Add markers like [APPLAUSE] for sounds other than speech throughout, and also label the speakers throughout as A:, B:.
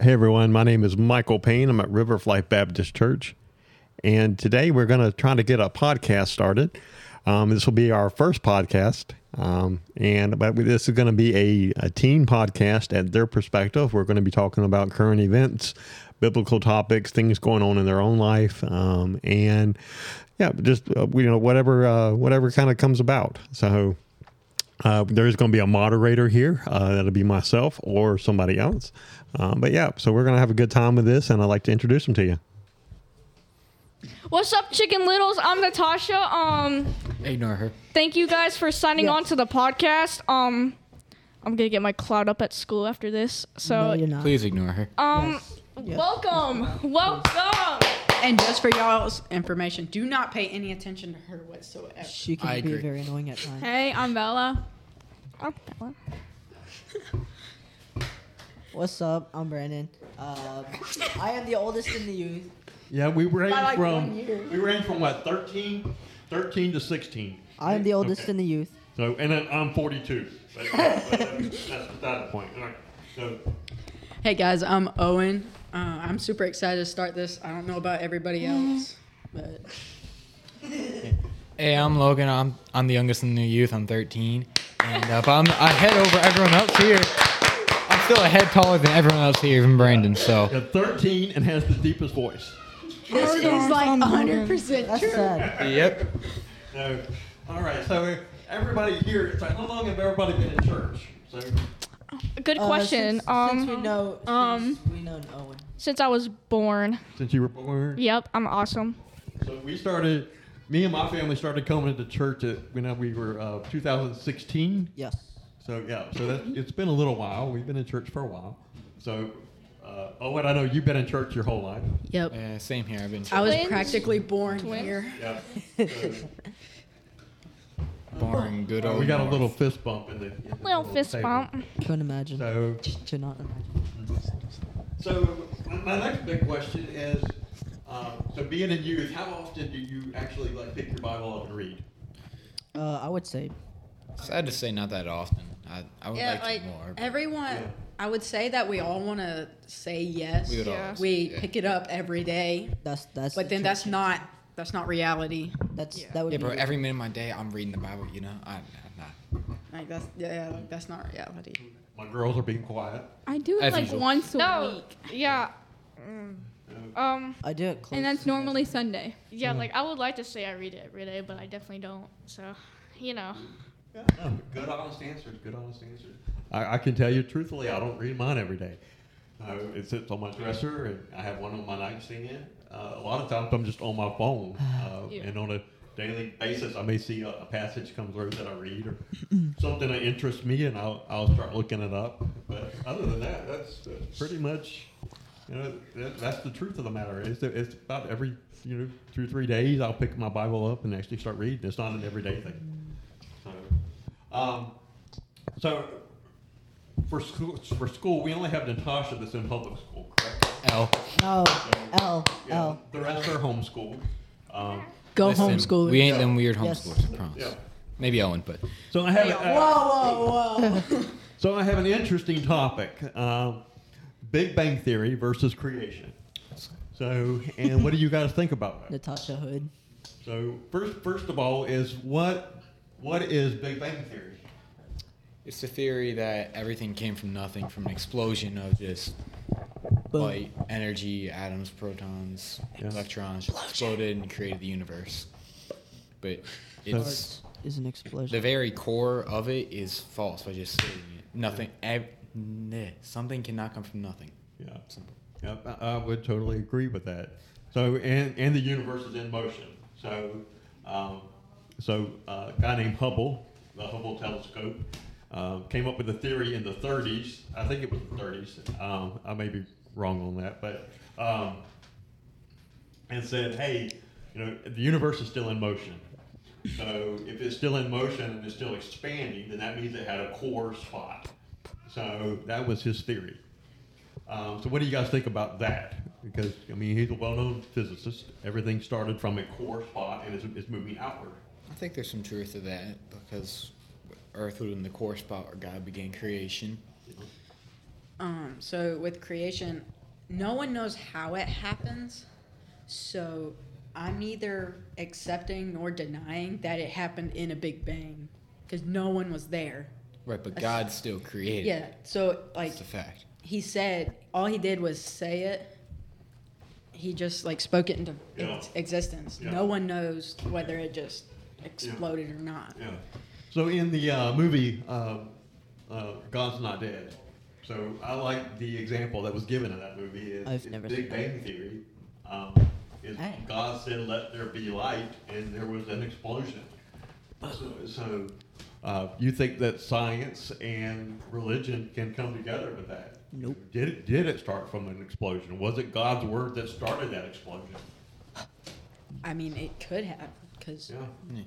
A: Hey everyone, my name is Michael Payne. I'm at River of Life Baptist Church, and today we're going to try to get a podcast started. Um, this will be our first podcast, um, and but we- this is going to be a, a teen podcast at their perspective. We're going to be talking about current events, biblical topics, things going on in their own life, um, and yeah, just uh, you know whatever uh, whatever kind of comes about. So uh, there's going to be a moderator here. Uh, that'll be myself or somebody else. Um, but yeah, so we're going to have a good time with this, and I'd like to introduce them to you.
B: What's up, Chicken Littles? I'm Natasha. Um,
C: Ignore her.
B: thank you guys for signing
D: Yes.
B: on to the podcast. Um, I'm gonna get my cloud up at school after this. So,
D: no, you're not.
C: Please ignore her.
B: um,
D: Yes.
B: welcome, welcome.
E: And just for y'all's information, do not pay any attention to her whatsoever.
D: She can
C: I
D: be
C: agree.
D: very annoying at times.
B: Hey, I'm Bella. I'm Bella.
D: What's up? I'm Brandon. Uh, I am the oldest in the youth.
A: Yeah, we range
E: like from- one year.
A: we range from what 13, 13 to sixteen.
D: I am the oldest
A: Okay.
D: in the youth.
A: So and then I'm 42. But, but that's beside the point. All right. So
E: Hey guys, I'm Owen. Uh, I'm super excited to start this. I don't know about everybody else, but
C: Hey, I'm Logan. I'm I'm the youngest in the youth. I'm 13, and uh, but I'm ahead over everyone else here. I'm still a head taller than everyone else here, even Brandon. So
A: yeah, 13 and has the deepest voice.
E: this is like 100%
D: That's sad.
C: yep.
A: So all right. So everybody here, it's like how long have everybody been in church? So
B: Good
D: Uh,
B: question.
D: since-
B: um,
D: since we know, since
B: um,
D: we know Owen.
B: since I was born.
A: since you were born.
B: Yep, I'm awesome.
A: So we started, me and my family started coming to church at, when we were uh, 2016.
D: Yes.
A: So yeah, so that, it's been a little while. We've been in church for a while. So, uh, Owen, I know you've been in church your whole life.
E: Yep.
C: Yeah, same here. I've been
E: I was
B: Twins.
E: practically born
B: Twins.
E: here.
A: Yeah.
C: born good old.
A: we got a
C: North.
A: little fist bump in the, in the
B: Little fist
A: table.
B: bump.
D: Couldn't imagine.
A: So,
D: Could not imagine.
A: so my- my next big question is, um, so being in youth, how often do you actually like pick your Bible up and read?
D: Uh, I would say
C: Sad to say, not that often. I, I would
E: Yeah,
C: like,
E: like
C: to more. but
E: everyone,
A: Yeah.
E: I would say that we all want to say yes.
C: We would
B: Yeah.
C: always-
E: We
C: yeah.
E: pick it up every day,
D: that's that's.
E: but then
D: the
E: that's
D: truth.
E: not that's not reality.
D: that's
B: Yeah.
D: that would
C: Yeah,
D: be
C: bro. Every minute of my day, I'm reading the Bible. You know, I, I nah.
E: Like that's yeah, like, that's not reality.
A: My girls are being quiet.
F: I do it
C: As
F: like
C: usual.
F: once a
B: No.
F: week,
B: Yeah. Mm. Um.
D: I do it close.
F: and that's normally Sunday.
B: Yeah, like I would like to say I read it every day, but I definitely don't. So, you know.
A: Yeah, no, good honest answers. Good honest answers. I, I can tell you truthfully, I don't read mine every day. Uh, it sits on my dresser, and I have one on my nightstand. Uh, a lot of times, I'm just on my phone, uh,
B: Yeah.
A: and on a daily basis, I may see a, a passage come through that I read or something that interests me, and I'll, I'll start looking it up. But other than that, that's, that's pretty much. You know, that, that's the truth of the matter. It's, it's about every, you know, two or three days I'll pick my Bible up and actually start reading. It's not an everyday thing. So, um, so for school, for school, we only have Natasha that's in public school, correct?
C: L.
D: no L
A: Yeah,
D: L.
A: The rest are homeschooled. Um,
E: Go
C: Listen,
E: homeschoolers.
C: We ain't them weird
D: Yes.
C: homeschoolers. I promise.
A: yeah.
C: Maybe Owen, but
A: So I have a-
E: whoa, whoa, whoa.
A: so I have an interesting topic: um, Big Bang Theory versus creation. So, and what do you guys think about
D: [LAUGHS]
A: that?
D: [LAUGHS] Natasha Hood.
A: So, first, first of all, is what what is Big Bang Theory?
C: it's the theory that everything came from nothing, from an explosion of just
D: Boom.
C: light, energy, atoms, protons,
A: Yeah.
C: electrons just exploded and created the universe. But it's
D: Arts is an explosion.
C: the very core of it is false by just stating it. Nothing, ev- nah, something cannot come from nothing.
A: Yeah.
C: Simple.
A: Yep, I- I would totally agree with that. So, and, and the universe is in motion. So, um, so uh, a guy named Hubble, the Hubble telescope, um, came up with a theory in the 30s. I think it was the 30s. Um, I may be wrong on that, but um, and said, "Hey, you know, the universe is still in motion. So if it's still in motion and it's still expanding, then that means it had a core spot." So that was his theory. Um, so what do you guys think about that? Because I mean, he's a well-known physicist. Everything started from a core spot and is, is moving outward.
C: I think there's some truth to that because Earth was in the core spot where God began creation.
E: Um, so with creation, no one knows how it happens. So I'm neither accepting nor denying that it happened in a Big Bang because no one was there.
C: Right, but God still created.
E: Yeah. So like
C: That's a fact.
E: he said, all he did was say it. He just like spoke it into
A: Yeah.
E: existence.
A: Yeah.
E: No one knows whether it just exploded or not.
A: Yeah. So in the uh, movie, um, uh, God's Not Dead. So I like the example that was given in that movie. Is, is
D: I've never
A: Big
D: seen
A: Bang Theory. Um, is
D: Hey.
A: God said, "Let there be light," and there was an explosion. So, so uh, you think that science and religion can come together with that?
D: Nope.
A: Did it, did it start from an explosion? Was it God's word that started that explosion?
E: I mean, it could have because
A: Yeah.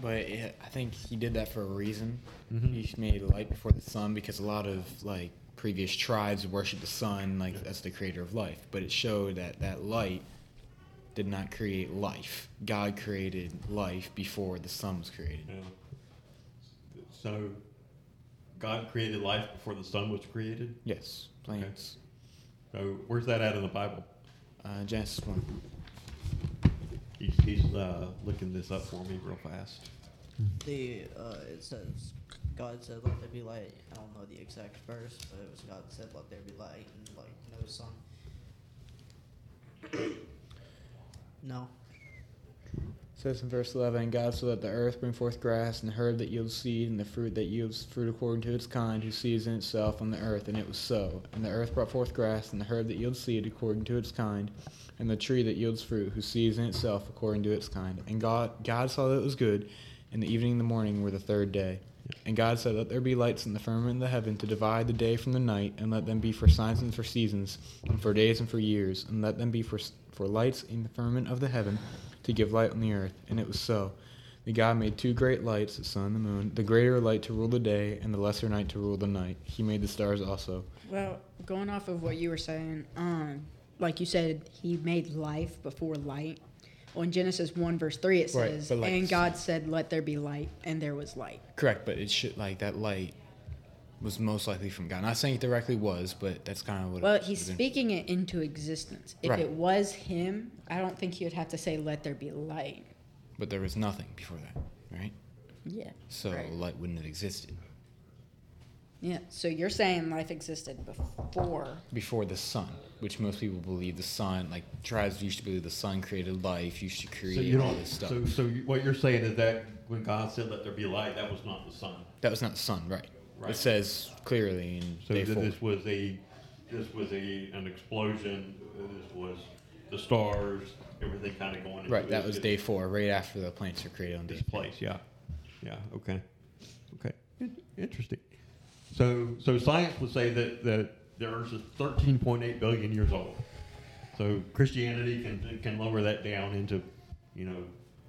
C: But yeah, I think he did that for a reason. He made light before the sun because a lot of like previous tribes worshiped the sun, like as the creator of life. But it showed that that light did not create life. God created life before the sun was created.
A: Yeah. So, God created life before the sun was created.
C: Yes, plants.
A: So, where's that at in the Bible?
C: Uh, Genesis one.
A: He's, he's uh, looking this up for me real fast.
D: The uh, it says God said, "Let there be light." I don't know the exact verse, but it was God said, "Let there be light," and like no sun. [COUGHS] no.
C: says in verse 11 and god so that the earth bring forth grass and the herb that yields seed and the fruit that yields fruit according to its kind whose season itself on the earth and it was so and the earth brought forth grass and the herb that yields seed according to its kind and the tree that yields fruit whose season itself according to its kind and god god saw that it was good and the evening and the morning were the third day and god said let there be lights in the firmament of the heaven to divide the day from the night and let them be for signs and for seasons and for days and for years and let them be for for lights in the firmament of the heaven to give light on the earth, and it was so. The God made two great lights, the sun and the moon, the greater light to rule the day, and the lesser night to rule the night. He made the stars also.
E: Well, going off of what you were saying, um, like you said, he made life before light. Well, in Genesis 1, verse 3, it
C: Right,
E: says,
C: but like-
E: And God said, Let there be light, and there was light.
C: Correct, but it should like that light was most likely from God. Not saying it directly was, but that's kind of what.
E: Well,
C: it
E: he's
C: was in-
E: speaking it into existence. If
C: Right.
E: it was him, I don't think he would have to say, Let there be light.
C: But there was nothing before that, right?
E: Yeah.
C: So
E: Right.
C: light wouldn't have existed
E: Yeah. So you're saying life existed before.
C: before the sun, which most people believe the sun, like tribes used to believe the sun created life, used to create
A: So you
C: all
A: don't.
C: this stuff.
A: So, so you- what you're saying is that when God said, "Let there be light," that was not the sun.
C: that was not the sun, right?
A: Right.
C: It says clearly in
A: So
C: day
A: th-
C: four.
A: this was a, this was a an explosion. This was the stars. Everything kind of going. into
C: Right, that
A: it.
C: was day four, right after the plants were created on day
A: this
C: four.
A: place. Yeah, yeah. Okay, okay. In- Interesting. So, so science would say that that the Earth is 13.8 billion years old. So Christianity can can lower that down into, you know,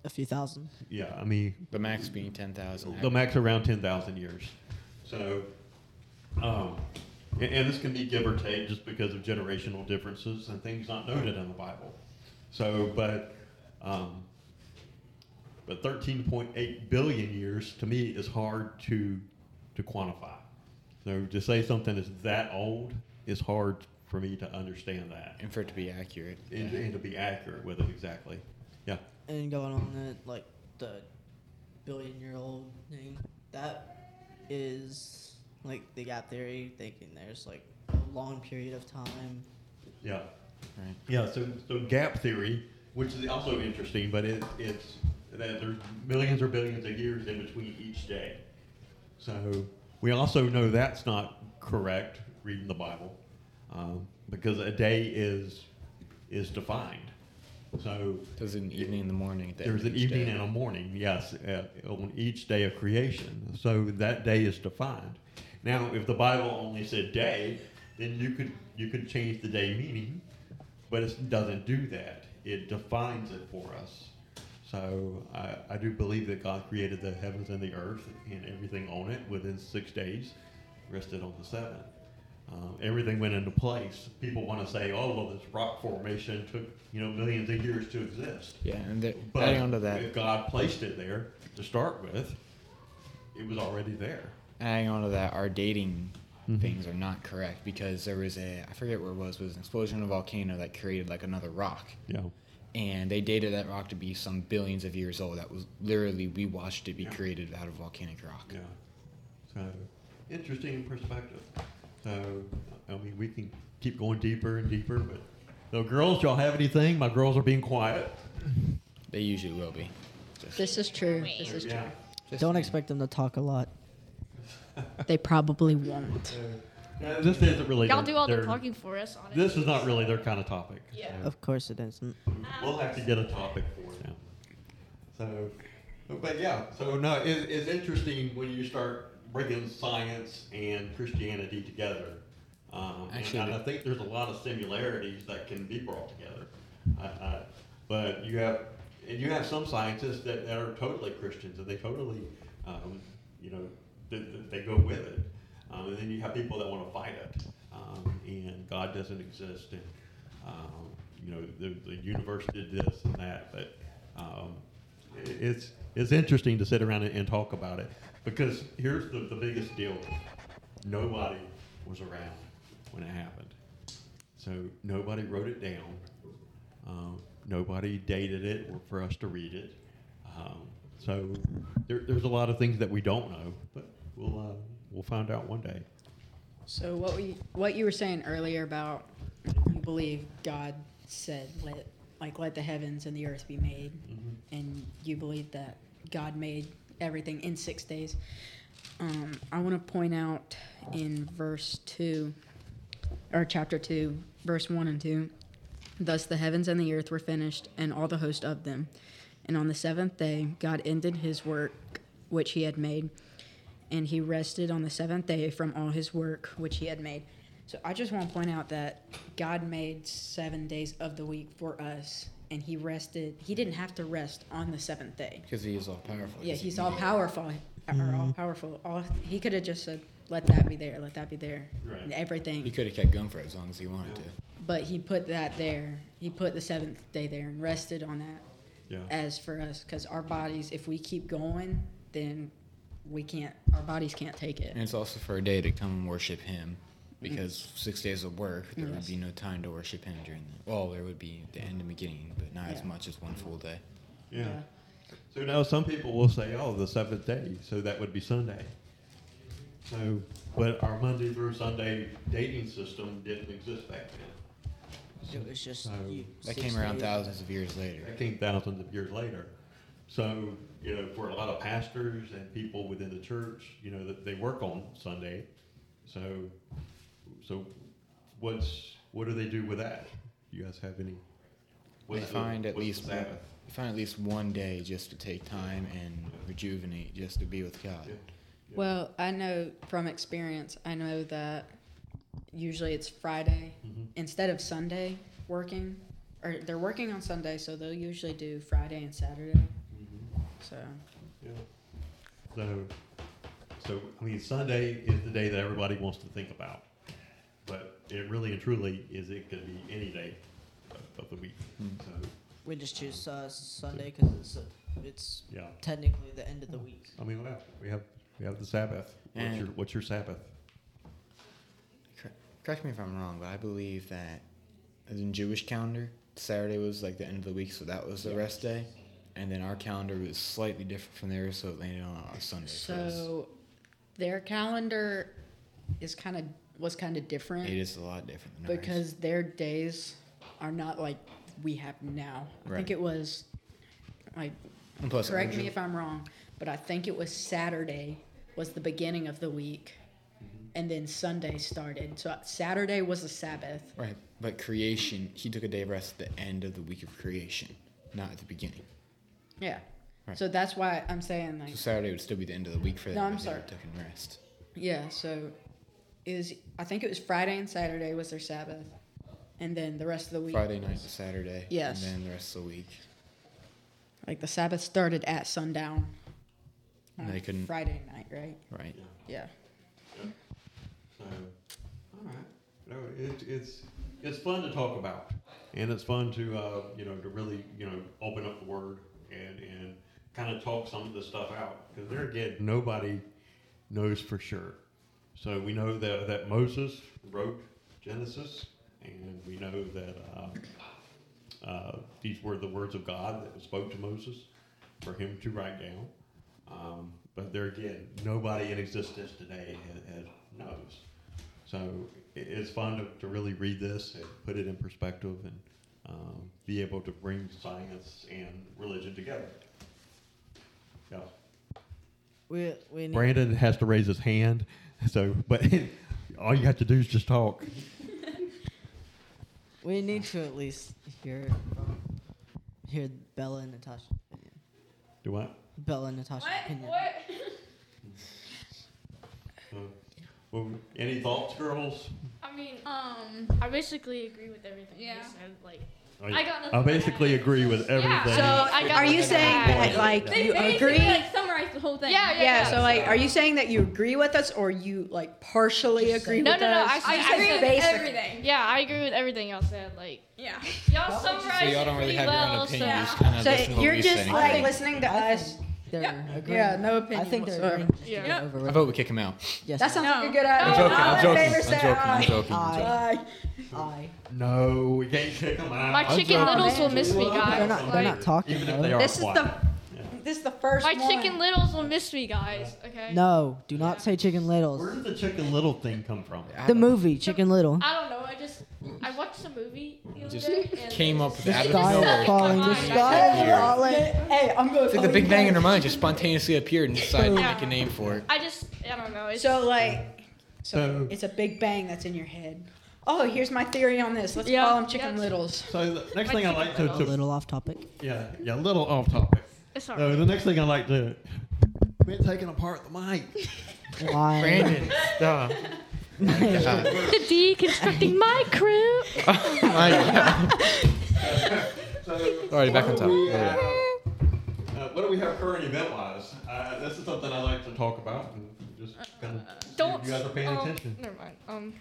D: A few thousand.
A: yeah. I mean,
C: The max being 10,000.
A: the max around 10,000 years. So, um, and, and this can be give or take just because of generational differences and things not noted in the Bible. So, but, um, but 13.8 billion years to me is hard to, to quantify. So to say something is that old is hard for me to understand that
C: And for it to be accurate.
A: and, and to be accurate with it exactly. Yeah.
D: and going on that like the billion year old thing that is like the gap theory thinking there's like a long period of time
A: Yeah.
C: Right.
A: Yeah. So, so gap theory, which is also interesting, but it, it's that there's millions or billions of years in between each day. So we also know that's not correct reading the Bible, um, because a day is is defined. So
C: There's an evening and the morning. At the
A: there's
C: end
A: an
C: of each
A: evening
C: day.
A: and a morning, yes, uh, on each day of creation. So that day is defined. Now, if the Bible only said day, then you could you could change the day meaning, but it doesn't do that. It defines it for us. So I, I do believe that God created the heavens and the earth and everything on it within six days, rested on the seventh. Um, everything went into place. People want to say, "Oh, well, this rock formation took you know millions of years to exist."
C: Yeah, and the,
A: But
C: adding on to that,
A: if God placed it there to start with, it was already there.
C: adding on to that, our dating things are not correct because there was a I forget where it was, but it was an explosion in a volcano that created like another rock.
A: Yeah.
C: And they dated that rock to be some billions of years old. That was literally we watched it be created out of volcanic rock.
A: Yeah. So, interesting perspective. So, I mean, we can keep going deeper and deeper, but so girls, y'all have anything? My girls are being quiet.
C: They usually will be.
E: This is true. This is true.
A: Yeah.
C: Just-
D: Don't expect them to talk a lot.
E: They probably won't.
A: Yeah, This isn't really.
B: Y'all
A: their-
B: do all the
A: their-
B: talking for us. Honestly.
A: This is not really their kind of topic.
B: Yeah.
D: Of course it isn't.
A: We'll have to get a topic for them. So, but yeah, so no, it, it's interesting when you start bringing science and Christianity together. Um,
C: Actually,
A: and I
C: the-
A: think there's a lot of similarities that can be brought together. I, I, but you have, and you have some scientists that, that are totally Christians and they totally, um, you know, they, they go with it. Um, and then you have people that want to fight it. Um, and God doesn't exist. And, um, you know, the, the universe did this and that. But um, i- it's, it's interesting to sit around and, and talk about it because here's the, the biggest deal nobody was around when it happened. So nobody wrote it down. Um, nobody dated it or for us to read it. Um, so there, there's a lot of things that we don't know, but we'll uh, we'll find out one day.
E: So what we what you were saying earlier about you believe God said let like let the heavens and the earth be made, and you believe that God made everything in six days. Um, I want to point out in verse two, or chapter two, verse one and two. Thus the heavens and the earth were finished, and all the host of them. And on the seventh day, God ended his work which he had made, and he rested on the seventh day from all his work which he had made. So I just want to point out that God made seven days of the week for us, and he rested. He didn't have to rest on the seventh day.
C: Because he is all powerful.
E: Yeah, he's all powerful. Or all powerful. All he could have just said, "Let that be there. Let that be there."
A: Right.
E: And everything.
C: He could have kept going for as long as he wanted to.
E: But he put that there. He put the seventh day there and rested on that
A: Yeah.
E: as for us because our bodies, if we keep going, then we can't, our bodies can't take
C: And
E: it.
C: it's also for a day to come and worship him. Because six days of work, there would
E: Mm. Yes.
C: be no time to worship him during the. Well, there would be the end and beginning, but not as
E: Yeah.
C: much as one full day.
A: Yeah. So now some people will say, "Oh, the seventh day," so that would be Sunday. So, but our Monday through Sunday dating system didn't exist back then.
D: It was just
A: So-
D: you.
C: That
D: six
C: came around
D: days.
C: thousands of years later.
A: That came thousands of years later. So, you know, for a lot of pastors and people within the church, you know, that they work on Sunday. So, so what's what do they do with that? You guys have any?
C: We
A: what's the-
C: find at
A: what's the
C: least one,
A: Sabbath?
C: we find at least one day just to take time and rejuvenate, just to be with God.
A: Yeah.
E: Well, I know from experience, I know that usually it's Friday
A: Mm-hmm.
E: instead of Sunday working, or they're working on Sunday, so they'll usually do Friday and Saturday.
A: Mm-hmm.
E: So,
A: Yeah. So, so I mean, Sunday is the day that everybody wants to think about, but it really and truly is it could be any day of, of the week. So,
D: We just choose uh, Sunday because it's uh, it's
A: yeah.
D: technically the end of the week.
A: I mean, wow, we have we have the Sabbath. What's
C: And-
A: your what's your Sabbath?
C: Cor- Correct me if I'm wrong, but I believe that in Jewish calendar, Saturday was like the end of the week, so that was the rest day, and then our calendar was slightly different from theirs, so it landed on a Sunday. for us.
E: so their calendar is kind of, was kind of different.
C: it is a lot different than ours.
E: because their days are not like we have now. I
C: Right.
E: think it was like
C: And plus,
E: correct
C: our-
E: me if I'm wrong, but I think it was Saturday was the beginning of the week.
C: Mm-hmm.
E: And then Sunday started. So Saturday was a Sabbath.
C: Right, but creation, he took a day of rest at the end of the week of creation, not at the beginning.
E: Yeah.
C: Right.
E: So that's why I'm saying like
C: So Saturday would still be the end of the week for them.
E: No, I'm
C: but they
E: sorry.
C: were Taking rest.
E: yeah, so is I think it was Friday and Saturday was their Sabbath. And then the rest of the week
C: Friday night to Saturday.
E: Yes.
C: And then the rest of the week.
E: like the Sabbath started at sundown.
C: And
E: on
C: they couldn't-
E: Friday night, right?
C: Right.
A: Yeah.
E: Yeah.
A: So, all right. No, it, it's it's fun to talk about, and it's fun to uh, you know to really you know open up the word and and kind of talk some of the stuff out because there again nobody knows for sure. So we know that, that Moses wrote Genesis, and we know that uh, uh, these were the words of God that was spoke to Moses for him to write down. Um, but there again, nobody in existence today has, has knows. So i- it's fun to, to really read this and put it in perspective and um, be able to bring science and religion together. Yeah.
D: We we need
A: Brandon has to raise his hand, [LAUGHS] so but all you have to do is just talk.
D: we need to at least hear from hear Bella and Natasha's opinion.
A: Do what?
D: Bella and Natasha's opinion.
A: Uh, Well, any thoughts, girls?
F: I mean,
G: Um.
F: I basically agree with everything
G: Yeah.
F: you said. Like,
A: I,
F: got nothing
A: I
F: to
A: basically
F: add.
A: agree with everything.
F: Yeah.
E: So
F: I got
E: are you
F: nothing to
E: saying
F: add.
E: that like
G: They
E: you
G: basically
E: agree?
G: like summarize the whole thing.
F: Yeah,
E: yeah, So like, are you saying that you agree with us or you like partially
D: Just
E: agree
D: saying-
F: No,
E: with
F: no, no,
E: us?
F: I-
G: I
F: I
G: agree with
E: Basic.
G: everything.
F: yeah, I agree with everything y'all said. Like,
G: Yeah.
F: y'all summarized
C: So y'all don't really
F: pretty
C: have your
F: well.
C: own opinion. You
F: So,
C: just kind of listen to
E: so
C: what
E: you're
C: we
E: just
C: say.
E: like listening to
D: I
E: us.
D: think they're
E: Yeah.
D: agreeing.
E: Yeah, no opinion.
D: I think they're
E: whatsoever.
D: agreeing. to
F: Yeah.
D: get
F: Yeah.
D: over
C: I
D: with.
C: vote we kick him out.
D: Yes.
E: That sounds like a
G: No.
E: good idea.
C: I'm joking.
E: All
C: I'm
E: in
C: joking.
E: favor, say
C: I'm joking. I'm
E: aye.
C: joking. I'm joking.
E: Aye.
D: Aye.
A: no, we can't kick them out.
F: My
A: I'm
F: chicken
A: joking.
F: littles will miss me, guys.
D: They're not. They're
F: Like,
D: not talking.
A: Even if
D: though.
A: they are
E: This is
A: quiet.
E: the this is the first
F: my
E: one.
F: chicken littles will miss me, guys. Okay.
D: No, do not say Chicken
A: Where
D: Littles.
A: did the Chicken Little thing come from?
D: The movie Chicken Little.
F: I don't know. I just I watched a movie the other
C: Just
F: day and
C: Came up with
D: The
C: out of
D: sky
C: nowhere.
D: is falling. The
F: Mine.
D: sky is
C: Weird.
D: falling.
E: Hey, I'm going.
C: It's like the big bang in her mind just spontaneously appeared and decided to
F: Yeah.
C: make a name for it.
F: I just I don't know. It's
E: So like, so
A: So-
E: it's a big bang that's in your head. Oh, here's my theory on this. Let's
F: Yeah.
E: call them chicken
F: Yeah.
E: littles.
A: So the next thing I like to,
D: A
A: to
D: little off topic.
A: yeah yeah a little off topic.
F: it's
A: [LAUGHS]
F: not.
A: So the next thing I like to been taking apart the mic.
D: Why?
C: [LAUGHS] stop. God.
F: Deconstructing my crew.
C: Oh my God.
A: [LAUGHS] So
C: All right, back on top.
A: We, uh,
C: Yeah.
A: uh, what do we have current event wise? Uh, this is something I like to talk about. And just kind of
F: Don't.
A: You guys are paying
F: um,
A: attention.
F: Never mind. Um.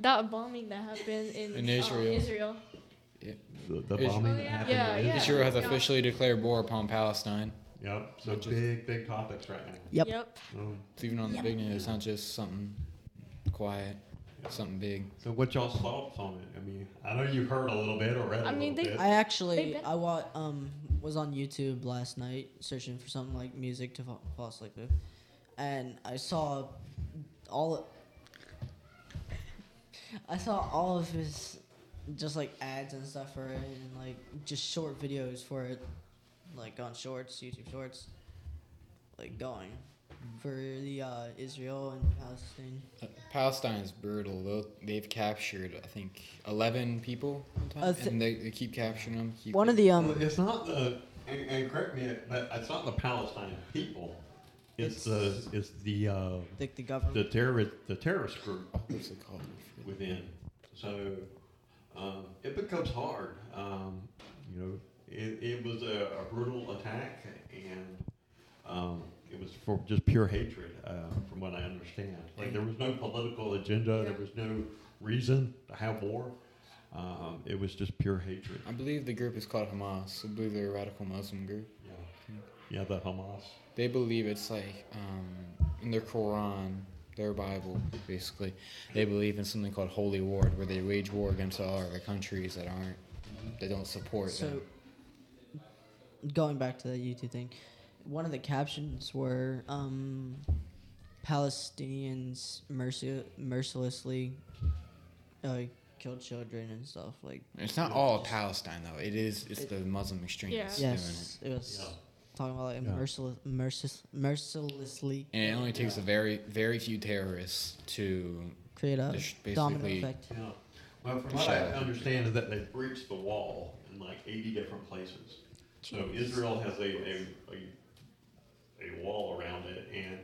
F: That bombing that happened in,
C: In
F: uh,
C: Israel.
F: Israel.
A: The, the
C: Is-
A: bombing
F: Oh,
A: that
F: yeah.
A: happened.
F: Yeah,
A: in
F: yeah.
A: Israel.
C: Israel has officially declared war upon Palestine.
A: Yep. So
C: Not just-
A: big, big topics right now.
D: Yep.
A: Um,
C: It's even on the big news. It's not just something quiet. It's something big.
A: so what y'all's thoughts on it? I mean, I know you heard a little bit or read a
F: I mean,
A: little
F: they-
A: bit.
D: I actually
F: bet-
D: I wa- um was on YouTube last night searching for something like music to fa- fall asleep with, and I saw all. I saw all of his, just like ads and stuff for it, and like just short videos for it, like on Shorts, YouTube Shorts, like going for the uh, Israel and Palestine.
C: Uh, Palestine is brutal. They'll, they've captured, I think, 11 people. one time,
D: Uh, th-
C: and they, they keep capturing them. Keep
D: One of the um
A: Well, it's not the and, and correct me, but it's not the Palestine people. It's,
D: It's-
A: the it's the uh,
D: the, the government.
A: the terrorist the terrorist group
C: What's it called? I forget.
A: within. So um, it becomes hard. Um, you know, it, it was a, a brutal attack, and um, it was for just pure hatred, uh, from what I understand. Like there was no political agenda, there was no reason to have war. Um, it was just pure hatred.
C: I believe the group is called Hamas. I believe they're a radical Muslim group.
A: Yeah, yeah, the Hamas.
C: They believe it's like um, in their Quran, their Bible, basically. They believe in something called holy war, where they wage war against all other countries that aren't, that don't support
D: So,
C: them.
D: going back to that YouTube thing, one of the captions were um, Palestinians merci- mercilessly uh, killed children and stuff. Like,
C: It's not all of Palestine though. It is. It's the Muslim extremists doing it.
D: yes, it was
A: Yeah.
D: talking about like
A: Yeah.
D: merciless, mercis- mercilessly
C: And it only takes a very, very few terrorists to.
D: create a
C: Just
D: domino
C: basically-
D: effect.
A: Yeah. Well, from what I understand is that they breached the wall in like 80 different places. So Israel has a, a, a, a wall around it, and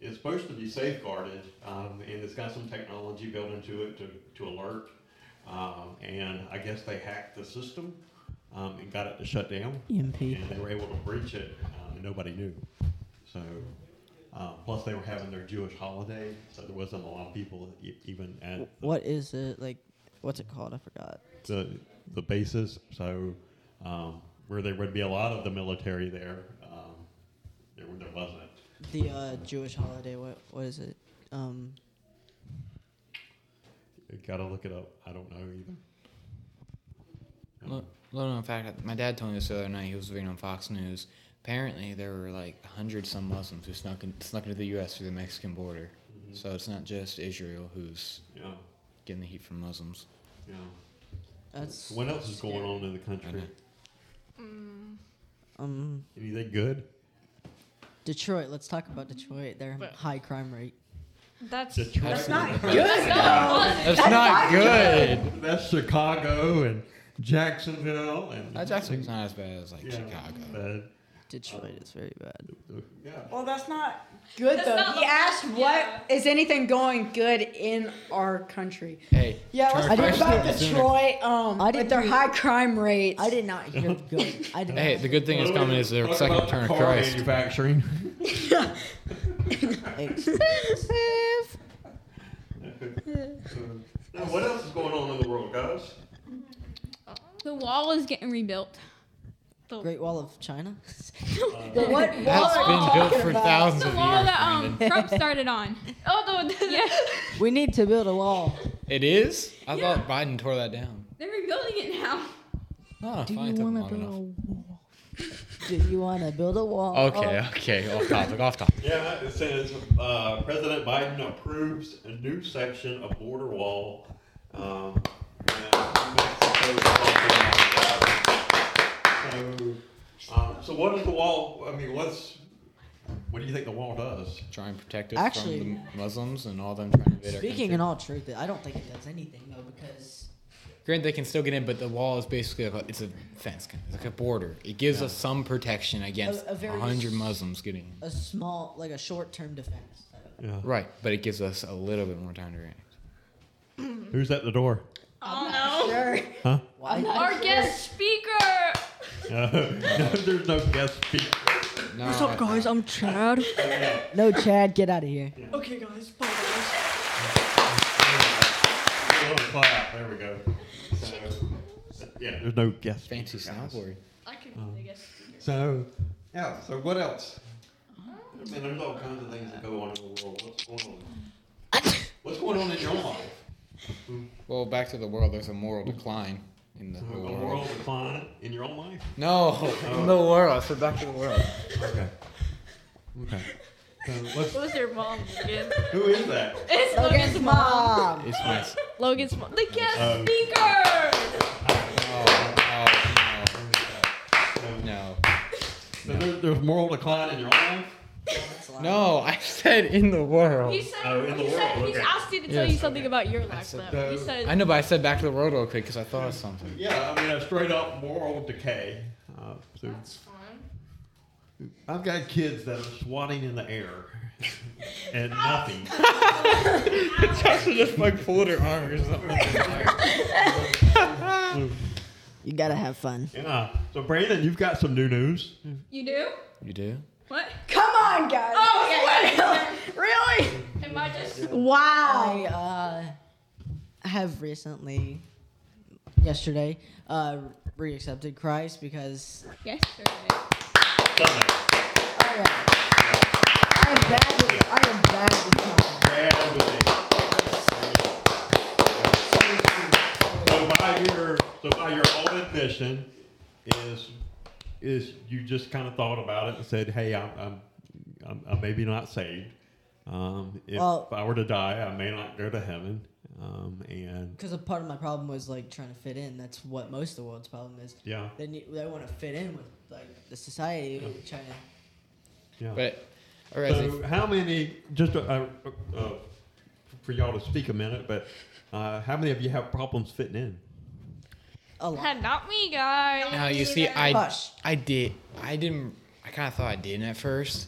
A: it's supposed to be safeguarded, um, and it's got some technology built into it to, to alert. Um, and I guess they hacked the system um, and got it to shut down,
D: EMP.
A: and they were able to breach it, um, and nobody knew. So, um, plus they were having their Jewish holiday, so there wasn't a lot of people e- even at the
D: Wh- What is it like? What's it called? I forgot.
A: the the bases. So um, where there would be a lot of the military there, um, there there wasn't.
D: the uh, Jewish holiday. What what is it? Um,
A: You gotta look it up. I don't know either.
C: Low, low known fact: My dad told me this the other night. He was reading on Fox News. Apparently, there were like a hundred some Muslims who snuck in, snuck into the U.S. through the Mexican border. So it's not just Israel who's
A: Yeah,
C: getting the heat from Muslims.
A: yeah.
D: that's
A: What else is going on in the country?
D: um
A: Anything good?
D: Detroit. Let's talk about Detroit. Their
H: But-
D: high crime rate.
F: That's
A: Detroit.
E: That's not
C: Absolutely.
E: good. though.
C: That's not good.
A: That's Chicago and Jacksonville and
C: That's actually it's not as bad as like
A: yeah,
C: Chicago.
A: but- uh,
D: Detroit is very bad.
A: yeah.
E: Well, that's not good though.
F: not
E: he
F: the-
E: asked, "What is
F: yeah.
E: anything going good in our country?"
C: Hey,
E: Yeah,
C: Charlie
E: let's talk
C: Christian
E: about
C: is in a-
E: Detroit. Um,
D: I
E: with their
D: didn't-
E: high crime rates. [LAUGHS]
D: I did not hear good. I did
C: Hey,
D: not
C: the good thing is coming is the
A: Talk
C: second
A: about
C: turn of
A: car
C: Christ.
A: Manufacturing.
D: expensive.
A: now, what else is going on in the world, guys?
F: The wall is getting rebuilt.
D: Great Wall of China.
E: But what wall
C: That's
E: are
C: been
E: you
C: built
E: talking
C: for
E: about?
F: It's
C: thousands
F: the
C: of
F: wall
C: years.
F: that um,
C: Brandon.
F: Trump started on. Oh, the, yeah.
D: we need to build a wall.
C: It is. I
F: Yeah.
C: thought Biden tore that down.
F: They're rebuilding it now.
C: Oh,
D: Do
C: fine, it
D: you
C: took
D: want
C: long
D: to build
C: enough.
D: a wall? Do you want to build a wall?
C: Okay, okay, off topic, off topic.
A: Yeah, it says uh, President Biden approves a new section of border wall. Um, and Mexico- so, um, so what is the wall? I mean, what's what do you think the wall does?
C: Try and protect it
D: Actually-
C: from the Muslims and all them trying to invade our
D: Oh, Speaking
C: country.
D: in all truth, I don't think it does anything though because
C: Granted, they can still get in, but the wall is basically like a, it's a fence, kind of, it's like a border. It gives us some protection against
D: A- a very
C: hundred
D: s-
C: Muslims getting in.
D: a small, like a short-term defense.
A: Yeah.
C: Right, but it gives us a little bit more time to react.
A: Who's at the door? [LAUGHS]
F: Oh, no.
E: Sure.
A: Huh?
D: Why?
F: [LAUGHS] Our [LAUGHS] guest speaker.
A: there's no guest speaker.
C: No,
H: What's up, guys? I'm Chad.
D: No, Chad, get out of here.
H: okay, guys. Bye.
A: Little clap, There we go. So, yeah, there's no guest.
C: fancy
A: speaker, guys.
C: snowboard.
F: I can be the guest speaker.
A: So, yeah. So what else? I mean, there's all kinds of things that go on in the world. What's going on? What's going on in your life?
C: Well, back to the world. There's a moral decline in the
A: A
C: whole world.
A: moral decline in your own life?
C: No, in the world. So back to the world.
A: Okay. Okay. So what's,
F: What was your mom again?
A: [LAUGHS] who is that?
F: [LAUGHS] It's
E: Logan's mom.
C: It's my.
F: Logan's mom. The guest
A: Oh. uh,
F: speaker.
C: Oh,
A: So,
C: no, no,
A: so there, there's moral decline in your own life.
C: no. No, I said in the world.
F: He said,
A: Oh, in the
F: he said
A: world,
F: he's
A: okay.
F: asked you to tell
C: Yes,
F: you something about your life,
C: said
F: though. He
A: no.
F: said,
C: I know, but I said back to the world real quick because I thought of something.
A: Yeah, I mean a straight up moral decay. Uh, so
F: that's fun.
A: I've got kids that are swatting in the air
C: [LAUGHS]
A: and nothing.
C: Tasha just like pulled her arm or something.
D: You gotta have fun.
A: Yeah. So Brandon, you've got some new news.
F: You do?
C: you do?
F: What?
E: Come on, guys.
F: Oh, yeah.
E: really?
F: Am I just.
E: Wow.
D: I uh, have recently, yesterday, uh, re-accepted Christ because
F: Yesterday.
A: Something.
E: All right. I am bad. With, I am bad with time.
A: Brad with a- So by your so by your own admission, is is you just kind of thought about it and said, hey, I'm I'm, I'm, I'm maybe not saved. Um, if
D: Well-
A: I were to die, I may not go to heaven. Um, and
D: because a part of my problem was like trying to fit in. That's what most of the world's problem is.
A: yeah,
D: They need, they want to fit in with like the society. Trying to
A: yeah.
C: But, alright.
A: So how many? Just uh, uh, uh, for y'all to speak a minute, but uh, how many of you have problems fitting in?
D: a lot.
F: Not me, guys.
C: now you see, I
D: Hush.
C: I did. I didn't. I kind of thought I didn't at first,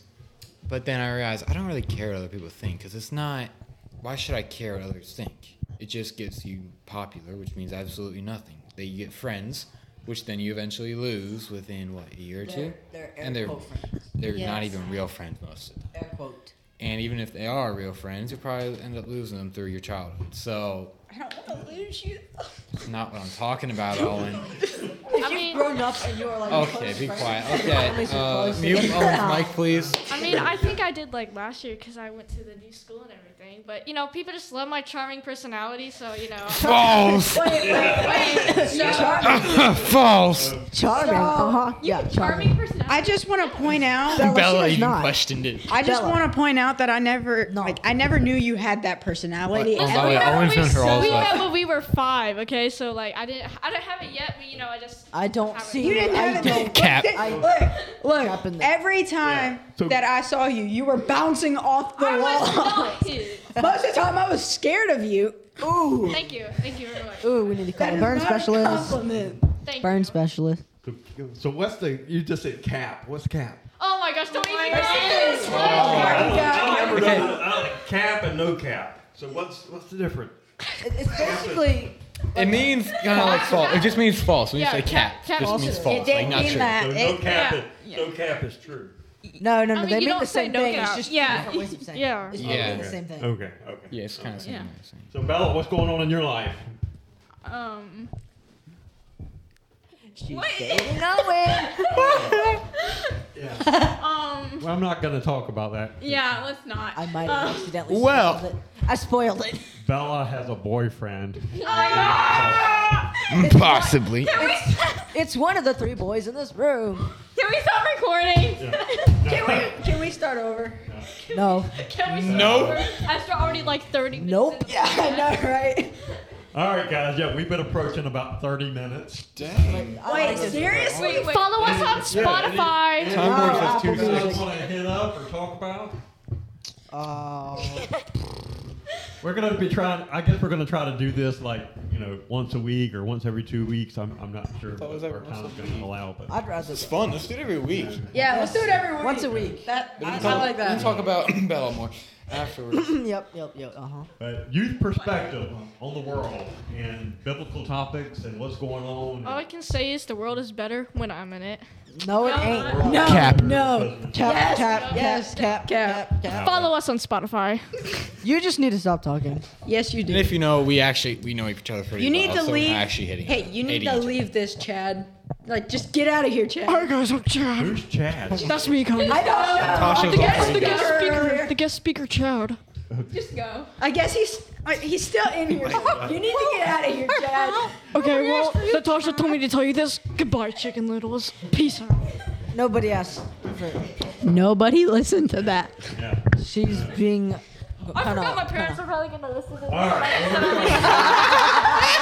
C: but then I realized I don't really care what other people think because it's not. Why should I care what others think? It just gets you popular, which means absolutely nothing. That you get friends, which then you eventually lose within what a year or 2
D: They're, they're air
C: and they're
D: quote friends.
C: they're not
E: Yes.
C: even real friends most of the time.
D: Air quote.
C: And even if they are real friends, you'll probably end up losing them through your childhood. So
E: I don't want to lose you.
C: It's not what I'm talking about, Owen.
I: If
F: I
I: you've
F: mean-
I: grown up and you're like
C: Okay,
I: close
C: be
I: friends-
C: quiet. Okay, uh,
I: close
C: mute Owen's
I: friends.
C: mic, please.
F: I mean, I think I did like last year because I went to the new school and everything. But you know, people just love my charming personality, so you know.
C: False.
E: [LAUGHS]
C: [LAUGHS] False.
D: Charming. uh huh. Yeah, charming.
F: Charming personality.
E: I just want to point out.
D: Bella, she
C: Bella
D: was
C: even
D: not.
C: questioned it.
E: I just
D: Bella.
E: want to point out that I never,
D: No.
E: like, I never knew you had that personality.
C: But-
E: And
C: Oh, by the way,
F: Yeah,
C: Owen's
F: we,
C: known her all
F: we
C: his life.
F: met when we were five. Okay, so like I didn't, I don't have it yet, but you know, I just.
D: I don't
F: How-
D: see.
E: you didn't
D: I
E: have
D: don't- [LAUGHS]
C: [LAUGHS]
E: it.
C: Cap.
E: Look, look.
D: Cap in there.
E: Every time
A: Oh. Yeah. So-
E: that I saw you, you were bouncing off the
F: I was
E: wall.
F: not it.
E: [LAUGHS] Most of the time, I was scared of you.
D: Ooh.
F: Thank you, thank you very much.
D: Ooh, we need to call
E: That
D: a
E: is
D: burn
E: not a
D: specialist.
E: compliment.
F: Thank
D: Burn
F: you.
D: specialist.
A: So what's the? You just said cap. What's cap?
F: Oh my gosh, don't even get this.
E: Oh
A: Never done that. cap and no cap. So what's what's the difference?
D: It's basically
C: It means kind of like false. It just means false. When
F: Yeah,
C: you say
F: cat-
C: cap,
F: cat
C: it just
F: also-
C: means
F: it
C: false. like
E: didn't
C: not
E: mean
C: true.
E: that.
A: So no
E: It-
A: cap.
F: yeah.
A: Is, no cap is true.
D: no, no, no.
F: I mean,
D: they
F: you
D: mean
F: don't
D: the
F: say
D: same
F: no
D: thing. It's
F: cap.
D: just
F: Yeah.
D: different ways of saying.
F: Yeah.
D: It. It's literally
C: Yeah.
D: the same thing.
A: Okay. Okay.
C: Yeah, it's kind of
A: Okay.
C: similar.
A: So Bella, what's going on in your life?
F: Um.
D: Dating Owen.
E: [LAUGHS]
C: [LAUGHS]
A: Yeah.
F: Um.
A: well, I'm not gonna talk about that.
F: Yeah, let's not.
D: I might have
F: Um,
D: accidentally
C: Well.
D: spoiled it. I spoiled it.
A: Bella has a boyfriend. uh,
C: Mm, Possibly.
D: It's one of the three boys in this room.
F: Can we stop recording?
E: Can we start over?
D: [LAUGHS] No.
F: Can we stop?
C: Nope.
F: [LAUGHS] After already like 30 minutes. [LAUGHS]
D: Nope.
F: in.
D: [LAUGHS]
E: Yeah, I know, right?
A: All right, guys. Yeah, we've been approaching about 30 minutes.
C: Dang.
D: I
E: Wait,
D: like this.
E: seriously?
F: Wait, wait. Follow us on Spotify.
C: Time
D: Wow,
C: Lord says two
D: Apple
A: You
C: six.
A: guys want to hit up or talk about?
D: Oh.
A: We're gonna be trying. I guess we're gonna try to do this like you know once a week or once every two weeks. I'm, I'm not sure
C: it
A: what
C: was like
A: our
C: once
A: time's
C: a
A: gonna allow, but
D: I'd rather.
C: It's fun. Let's do it every week.
E: Yeah, let's do it every week.
D: Once a week.
E: That,
C: We
E: I,
C: can
E: I
C: talk-
E: like
C: We can
E: that.
C: talk about [CLEARS THROAT] Bella more afterwards.
D: [LAUGHS] yep, yep, yep. Uh huh.
A: but youth perspective on the world and biblical topics and what's going on.
F: All I can say is the world is better when I'm in it.
D: No, it
F: No,
D: ain't.
E: No,
C: Cap.
E: no.
D: Tap,
E: Yes,
D: tap,
E: yes,
D: tap, tap, tap, tap.
F: Follow us on Spotify.
D: You just need to stop talking.
E: Yes, you
C: And
E: do.
C: if you know, we actually we know each other pretty
E: You need
C: well,
E: to
C: so we're
E: leave.
C: not actually hitting.
E: Hey, you need
C: hating
E: to
C: each other.
E: leave this, Chad. Like, just get out of here, Chad.
D: guys, I'm Chad.
A: Who's Chad?
D: That's me, coming.
E: I don't
C: Tasha's
E: I
C: all
E: guess,
C: freaked out.
B: The guest speaker, Chad.
F: Just go.
E: I guess he's uh, he's still in
A: Oh
E: here. [LAUGHS] You need to get out of here, Chad.
B: Okay, well, Natasha told me to tell you this. Goodbye, Chicken Littles. Peace out.
D: Nobody asked. for-
E: Nobody listened to that.
A: Yeah.
D: She's being.
F: I
D: kinda-
F: forgot my parents are probably going to listen to this.
A: All right. well, we're gonna-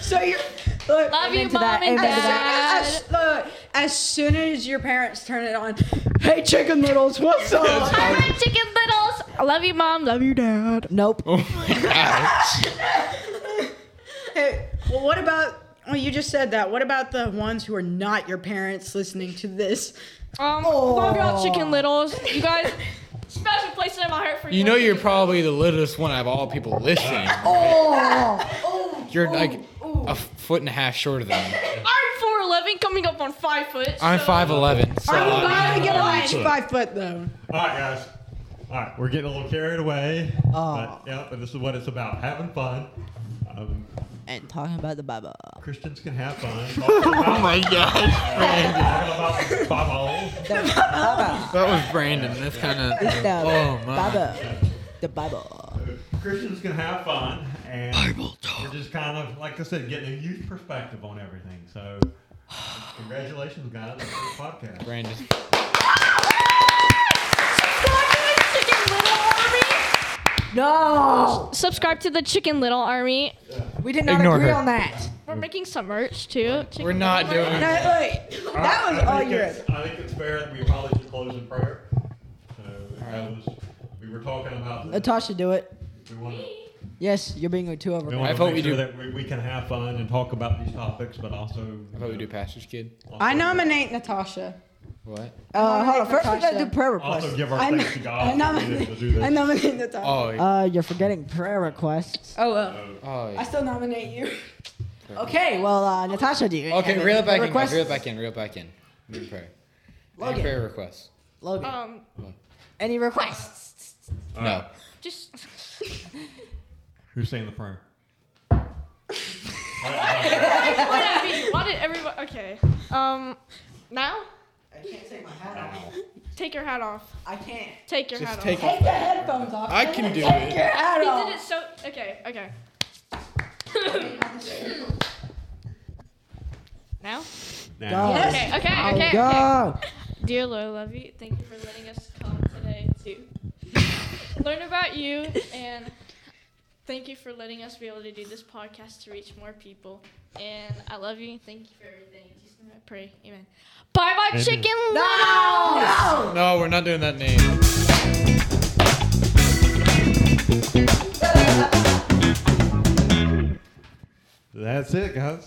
E: So you're look.
F: Love you,
D: Amen to
F: mom
D: that,
F: and
D: amen to
F: dad.
E: As, as, look, as soon as your parents turn it on, hey Chicken Littles, what's up?
F: I like chicken littles. I love you, mom. Love you, dad.
D: Nope.
C: Oh my gosh.
E: Hey, well, what about? Well, you just said that. What about the ones who are not your parents listening to this?
F: Um, love y'all, chicken littles. You guys, special place in my heart for you.
C: You know you're probably the littlest one out of all people listening.
E: Oh.
C: You're like a foot and a half shorter than me.
F: I'm four eleven, coming up on five foot.
C: I'm
F: so-
C: five eleven.
A: Oh,
C: So
E: I'm [LAUGHS]
C: I
E: about to get
C: mean,
E: on each five foot though.
A: All right, guys. All right, we're getting a little carried away.
D: Aw.
A: But, yeah, but this is what it's about: having fun. Um,
D: And talking about the Bible.
A: Christians can have fun. Talking about, [LAUGHS]
C: Oh my gosh.
A: talking about Bible.
D: Bible.
C: That was Brandon. That's kind of.
D: It's the
C: Oh my.
D: Bible. The Bible.
A: Christians can have fun, and we're just kind of, like I said, getting a youth perspective on everything. So, congratulations, guys, on the podcast.
C: Brandon.
D: No!
F: Subscribe to the Chicken Little Army.
D: We did not
C: Ignore
D: agree
C: her.
D: on that.
F: We're making some merch too. Chicken
C: We're not
F: Little Army.
C: doing.
E: No, wait, that was
A: I,
E: all
A: think
E: your.
A: it's- I think it's fair that we probably should close in prayer. So, that was, we were talking about this.
D: Natasha, do it.
A: We want to.
D: Yes, you're being too over.
A: We want
C: I
A: to
C: vote
A: make
C: we
A: sure
C: do-
A: that we, we can have fun and talk about these topics, but also.
C: I thought we do pastor's kid.
A: also-
E: I nominate Natasha.
C: What?
D: Uh, hold on. First, we gotta
E: Natasha.
D: do prayer
A: Also,
D: requests.
A: give our
E: I,
A: thanks to God. for being able to Oh, do
E: nominate,
A: this.
E: I nominate Natasha.
C: Oh.
D: Uh, you're forgetting prayer requests.
E: Oh well,
C: oh.
E: I still nominate you.
D: Okay, well, uh, Natasha, do you? have
C: Okay,
D: any
C: reel it back
D: prayer
C: in. guys,
D: requests?
C: Reel it back in. Reel it back in. Need prayer. Any
D: Logan.
C: prayer requests?
D: Logan,
F: Um,
D: any requests?
C: No.
F: just
A: Who's saying the
E: [LAUGHS]
A: prayer?
F: [LAUGHS] Why did we- why did everyone? Okay. Um, now
D: I can't take my hat off.
A: Ow.
F: take your hat off.
D: I can't.
F: Take your
J: Just
F: hat
J: take
F: off.
J: off.
G: Take the headphones off.
J: I can do it.
G: Get
F: He
G: out
F: did it so. Okay. Okay. now.
A: Nah.
G: God. Yes.
F: Okay. Okay.
G: Oh,
F: Okay. okay.
G: God.
F: Dear Low Levy, thank you for letting us come today to learn about you and thank you for letting us be able to do this podcast to reach more people. And I love you. Thank you for everything. In Jesus' name I pray. Amen. Bye bye,
A: Amen.
F: chicken.
E: Oh,
J: No, we're not doing that name.
A: That's it, guys.